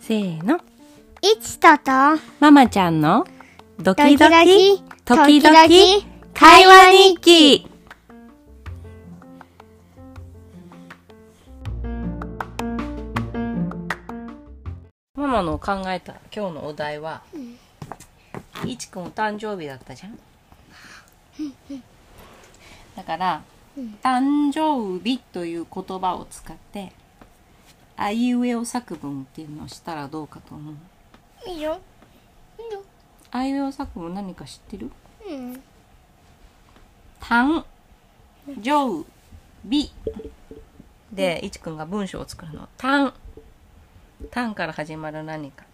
せーの。いちとと、ママちゃんのドキドドキ、時キドキ々、会話日記。ママの考えた今日のお題は、いちくんお誕生日だったじゃん。だから、誕生日という言葉を使って、あいうえお作文っていうのをしたらどうかと思う。いいよ。いいよ。あいうえお作文何か知ってるうん。誕生日で、いちくんが文章を作るの。誕。誕から始まる何か。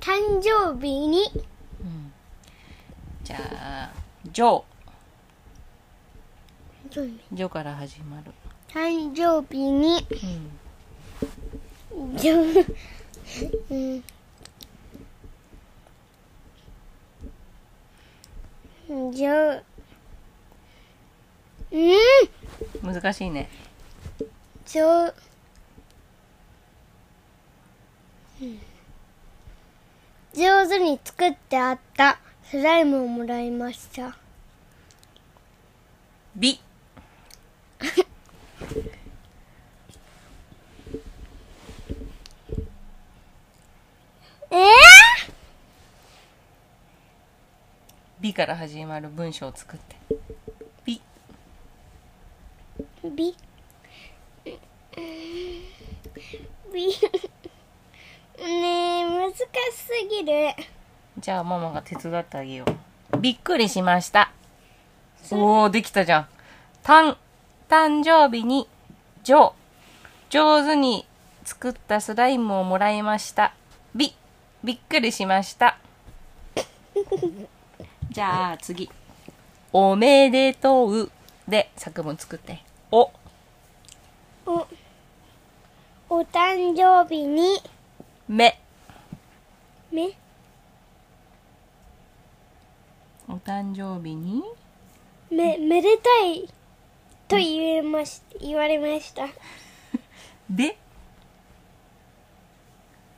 誕生日に、じゃあ、ジョ誕ー。ジョから始まる。生日に、 じゃ、うん。じゃ、うん。難しいね。じゃ、上手に作ってあったスライムをもらいました。び。ええびから始まる文章を作って。び。ビビねえ難しすぎるじゃあ、ママが手伝ってあげよう。びっくりしました。おー、できたじゃん。たん、誕生日に、ジョー。上手に作ったスライムをもらいました。び、びっくりしました。 じゃあ、次。おめでとう。で、作文作って。お、おお誕生日にめ。めお誕生日に、めめでたいと言えまし言われましたで、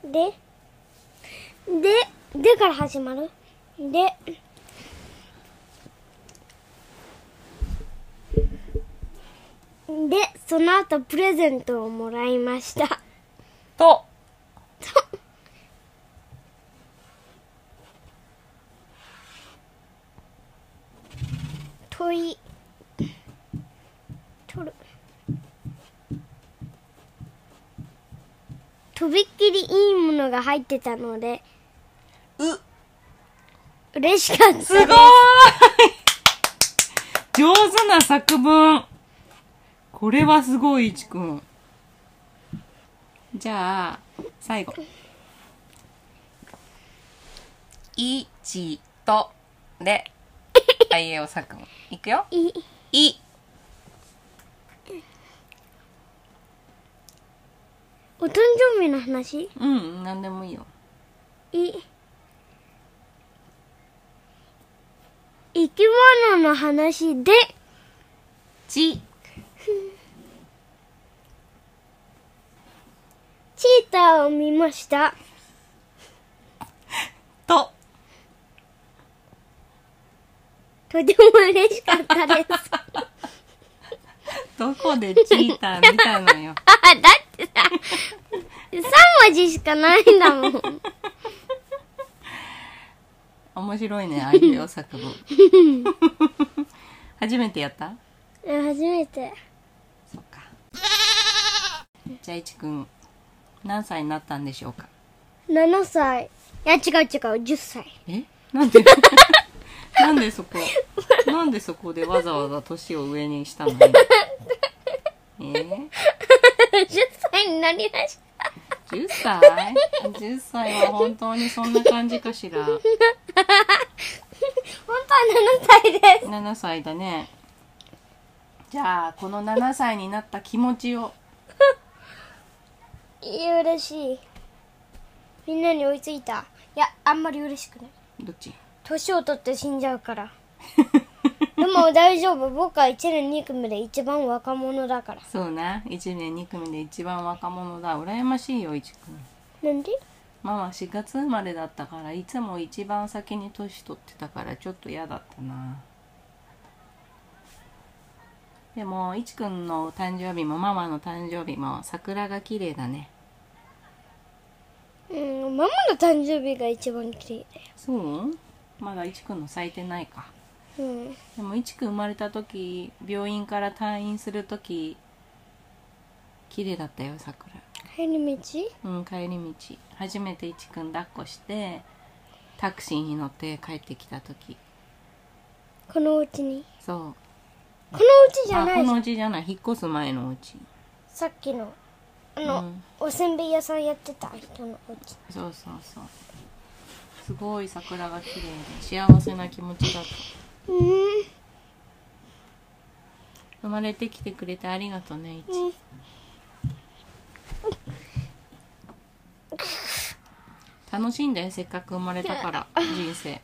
でででから始まるででその後プレゼントをもらいました と、といとるとびっきりいいものが入ってたのでう。嬉しかったですすごーい上手な作文これはすごい、いちくん。じゃあ、最後。いちとで、あいうえお作文。いくよ。いい、お誕生日の話うん、なんでもいいよ。い生き物の話でち、チーターを見ましたと、とても嬉しかった ですどこでチーター見たのよ。あだってさ3文字しかないんだもん面白いね、あいうえお作文。初めてやった初めてそっか。じゃあ、いちくん、何歳になったんでしょうか7歳いや違う違う10歳えなんで なんでそこ、なんでそこでわざわざ年を上にしたのえー、 10歳になりまし ?10 歳 ?10 歳は本当にそんな感じかしら。た本当は7歳で7歳だね。じゃあ、この7歳になった気持ちを。すいや嬉しいみんなに追いついたいやあんまり嬉しくないどっち年を取って死んじゃうからでも大丈夫僕は1年2組で一番若者だからそうな1年2組で一番若者だ羨ましいよ1組なんでママ4月生まれだったからいつも一番先に年取ってたからちょっと嫌だったなでもいちくんの誕生日もママの誕生日も桜が綺麗だねうんママの誕生日が一番綺そうまだいちくんの咲いてないか麗うんでもいちくん生まれた時病院から退院する時綺麗だったよ桜帰り道うん帰り道初めていちくん抱っこしてタクシーに乗って帰ってきた時このお家にそうこのお家じゃなあこいじのゃんうちじゃない引っ越す前のうちさっきのあうの、んおせんべい屋さんやってた人のお家そうそうそうすごい桜が綺麗で幸せな気持ちだったうん生まれてきてくれてありがとうねいち、うん楽しんだよせっかく生まれたから人生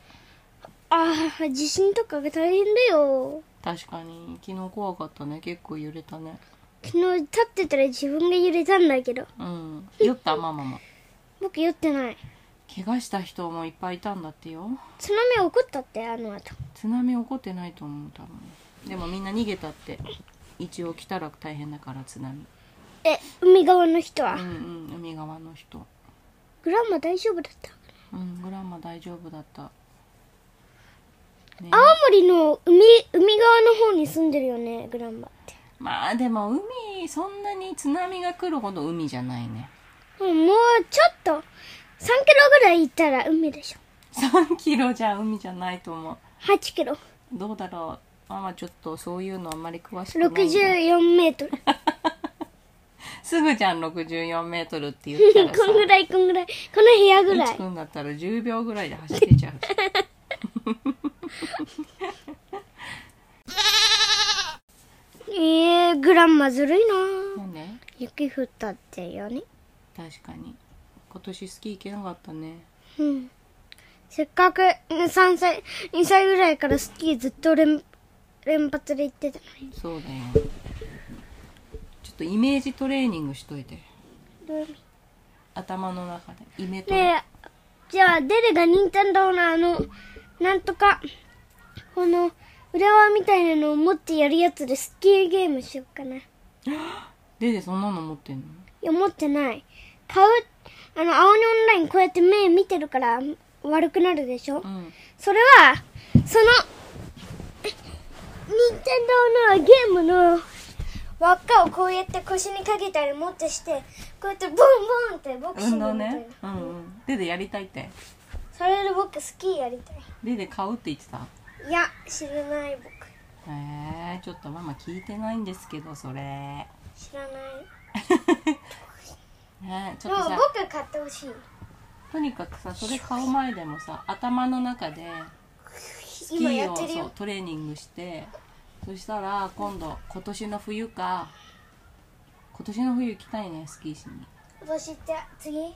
ああ地震とかが大変だよ確かに昨日怖かったね結構揺れたね昨日立ってたら自分が揺れたんだけどうん酔ったママも僕酔ってない怪我した人もいっぱいいたんだってよ津波起こったってあの後津波起こってないと思う多分でもみんな逃げたって一応来たら大変だから津波え海側の人は、うんうん海側の人グランマ大丈夫だったうんグランマ大丈夫だったね青森の海海側の方に住んでるよねグランマってまあでも海そんなに津波が来るほど海じゃないねうんもうちょっと3キロぐらい行ったら海でしょ3キロじゃ海じゃないと思う8キロどうだろうママちょっとそういうのあんまり詳しくないんで64メートルすぐじゃん64メートルって言ったらさこんぐらいこんぐらいこの部屋ぐらいいちくんだったら10秒ぐらいで走れちゃ うえー、グランマずるいななんで雪降ったってよね確かに今年スキー行けなかったねうんせっかく3歳2歳ぐらいからスキーずっと連連発で行ってたのにそうだよちょっとイメージトレーニングしといてどういう意味頭の中でイメトレ、ねえじゃあデレが任天堂のあのなんとかこの裏輪みたいなのを持ってやるやつでスキーゲームしようかないデデそんなの持ってんのや持ってない買うあの青にオンラインこうやって目見てるから悪くなるでしょうんそれはその任天堂のゲームの輪っかをこうやって腰にかけたり持ってしてこうやってボンボンってボクシン運グ動みたいな、ねうんうんデデやりたいってそれで僕スキーやりたいデデ買うって言ってたいや知らない僕へえちょっとママ聞いてないんですけどそれね知らないえちょでっともさ僕買ってほしいとにかくさそれ買う前でもさ頭の中でスキ今ーやっをてるそうよトレーニングしてそしたら今度今年の冬か今年の冬行きたいねスキーしに私って次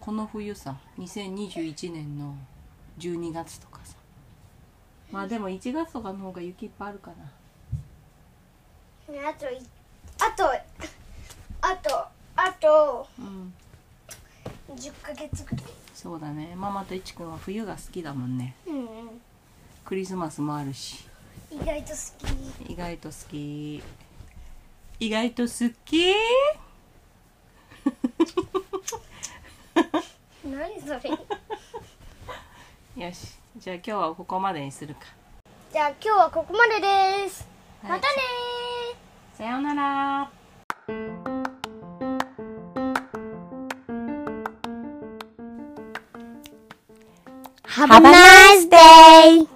この冬さ2021年の12月とかさまあでも1月とかの方が雪いっぱいあるかなねあといあとあとあとうん10ヶ月ぐらいそうだねママといちくんは冬が好きだもんねうんクリスマスもあるし意外と好き意外と好き意外と好き何それ よしじゃあ今日はここまでにするかじゃあ今日はここまでです、はいまたねーさようならハ a v e a nice day!